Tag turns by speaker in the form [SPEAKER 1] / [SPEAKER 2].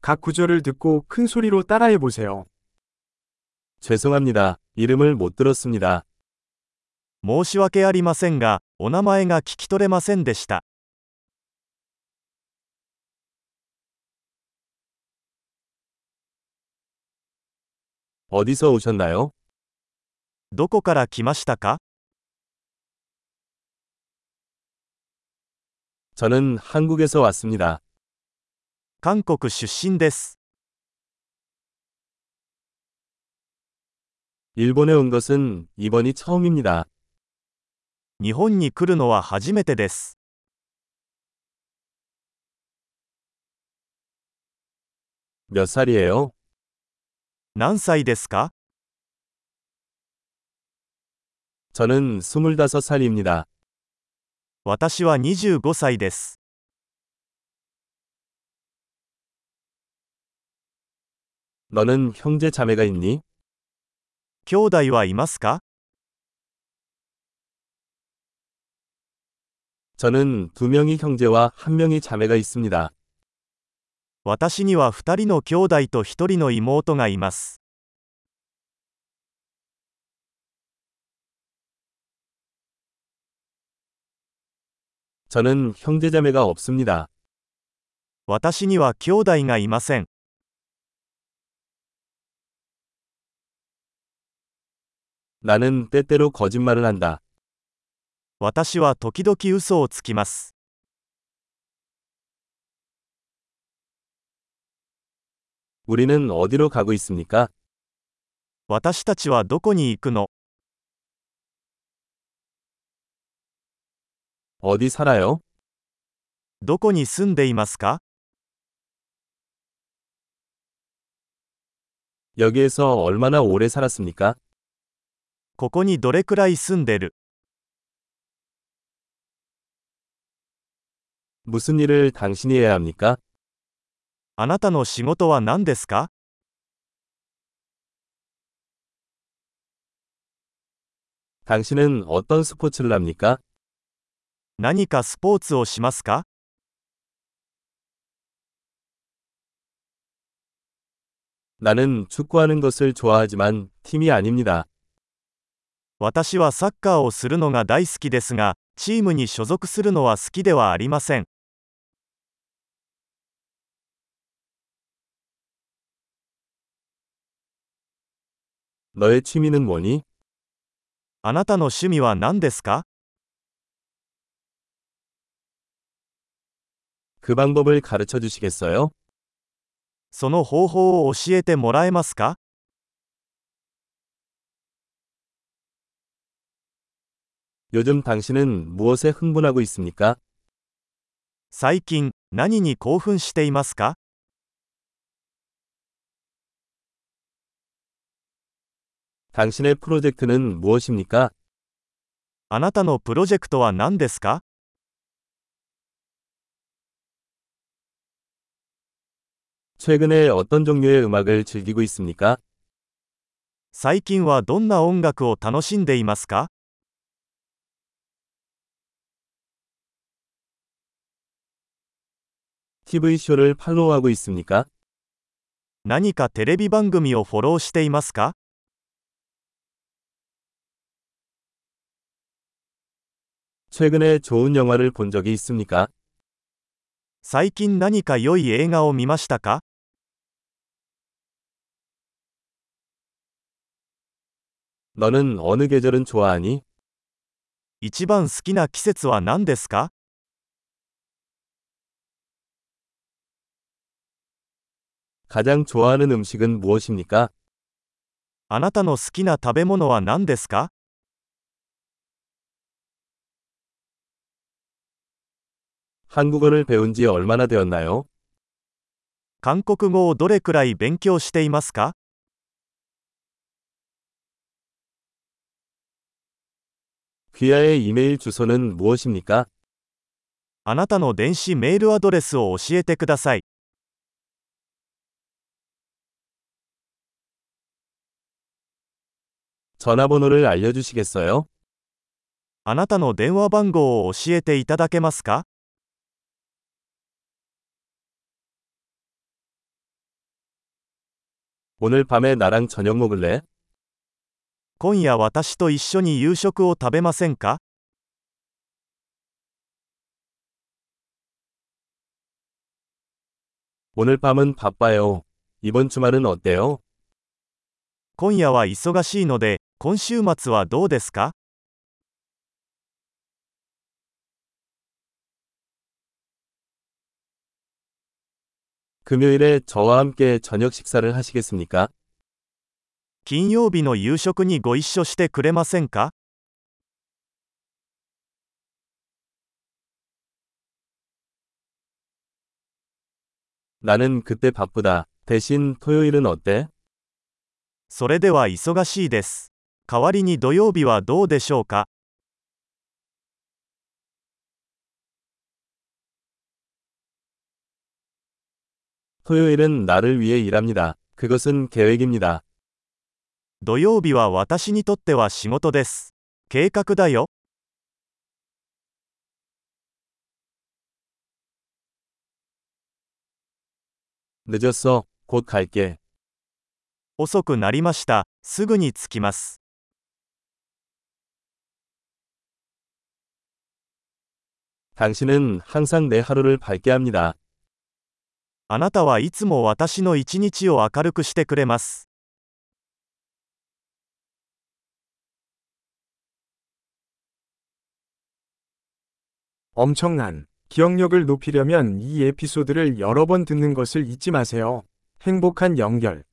[SPEAKER 1] 각 구절을 듣고 큰 소리로 따라해 보세요.
[SPEAKER 2] 죄송합니다. 이름을 못 들었습니다.
[SPEAKER 3] 申し訳ありませんが、お名前が聞き取れませんでした。
[SPEAKER 2] 어디서 오셨나요?
[SPEAKER 3] どこから来ましたか
[SPEAKER 2] 저는 한국에서 왔습니다.
[SPEAKER 3] 韓国出身です。
[SPEAKER 2] 일본에 온 것은 이번이 처음입니다.
[SPEAKER 3] 日本に来るのは初めてです。
[SPEAKER 2] 몇 살이에요?
[SPEAKER 3] 何歳ですか
[SPEAKER 2] 저는 25살입니다.
[SPEAKER 3] 私は25歳です。
[SPEAKER 2] 너는 형제 자매가 있니?
[SPEAKER 3] 兄弟はいますか
[SPEAKER 2] 저는 두 명이 형제와 한 명이 자매가 있습니다.
[SPEAKER 3] 私には2人の兄弟と1人の妹がいます。
[SPEAKER 2] 저는 형제 자매가 없습니다.
[SPEAKER 3] 私には兄弟がいません。
[SPEAKER 2] 나는 때때로 거짓말을 한다.
[SPEAKER 3] 私は時々嘘をつきます。
[SPEAKER 2] 우리는 어디로 가고 있습니까?
[SPEAKER 3] 私たちはどこに行くの
[SPEAKER 2] 어디 살아요?
[SPEAKER 3] どこに住んでいますか
[SPEAKER 2] 여기에서 얼마나 오래 살았습니까?
[SPEAKER 3] ここにどれくらい住んでる
[SPEAKER 2] 무슨 일을 당신이 해야 합니까?
[SPEAKER 3] あなたの仕事は何ですか
[SPEAKER 2] 당신은 어떤 스포츠를 합니까?
[SPEAKER 3] 何かスポーツをしますか
[SPEAKER 2] 나는 축구하는 것을 좋아하지만 팀이 아닙니다.
[SPEAKER 3] 私はサッカーをするのが大好きですが、チームに所属するのは好きではありません。
[SPEAKER 2] 너의 취미는 뭐니?
[SPEAKER 3] あなたの趣味は何ですか
[SPEAKER 2] 그 방법을 가르쳐 주시겠어요?
[SPEAKER 3] その方法を教えてもらえますか
[SPEAKER 2] 요즘 당신은 무엇에 흥분하고 있습니까?
[SPEAKER 3] 最近、何に興奮していますか
[SPEAKER 2] 당신의 프로젝트는 무엇입니까?
[SPEAKER 3] あなたのプロジェクトは何ですか
[SPEAKER 2] 최근에 어떤 종류의 음악을 즐기고 있습니까?
[SPEAKER 3] 最近はどんな音楽を楽しんでいますか
[SPEAKER 2] TV쇼를 팔로우하고 있습니까?
[SPEAKER 3] 何かテレビ番組をフォローしていますか
[SPEAKER 2] 최근에 좋은 영화를 본 적이 있습니까?
[SPEAKER 3] 最近何か良い映画を見ましたか
[SPEAKER 2] 너는 어느 계절은 좋아하니?
[SPEAKER 3] 一番好きな季節は何ですか
[SPEAKER 2] 가장 좋아하는 음식은 무엇입니까?
[SPEAKER 3] あなたの好きな食べ物は何ですか
[SPEAKER 2] 한국어를 배운 지 얼마나 되었나요?
[SPEAKER 3] 韓国語をどれくらい勉強していますか
[SPEAKER 2] 귀하의 이메일 주소는 무엇입니까?
[SPEAKER 3] あなたの電子メールアドレスを教えてください。
[SPEAKER 2] 전화번호를 알려주시겠어요?
[SPEAKER 3] あなたの電話番号を教えていただけますか
[SPEAKER 2] 오늘 밤에 나랑 저녁 먹을래?
[SPEAKER 3] 今夜私と一緒に夕食を食べませんか
[SPEAKER 2] 오늘 밤은 바빠요. 이번 주말은 어때요?
[SPEAKER 3] 今夜は忙しいので、今週末はどうですか
[SPEAKER 2] 금요일에 저와 함께 저녁 식사를 하시겠습니까?
[SPEAKER 3] 金曜日の夕食にご一緒してくれませんか
[SPEAKER 2] 나는 그때 바쁘다. 대신 토요일은 어때?
[SPEAKER 3] それでは忙しいです。代わりに土曜日はどうでしょうか
[SPEAKER 2] 토요일은 나를 위해 일합니다. 그것은 계획입니다.
[SPEAKER 3] 土曜日は私にとっては仕事です。計画だよ。
[SPEAKER 2] 늦었어. 곧 갈게.
[SPEAKER 3] 遅くなりました。すぐに着きます。
[SPEAKER 2] 당신은 항상 내 하루를 밝게 합니다.
[SPEAKER 3] あなたはいつも私の一日を明るくしてくれます。
[SPEAKER 1] 엄청난 기억력을 높이려면 이 에피소드를 여러 번 듣는 것을 잊지 마세요. 행복한 연결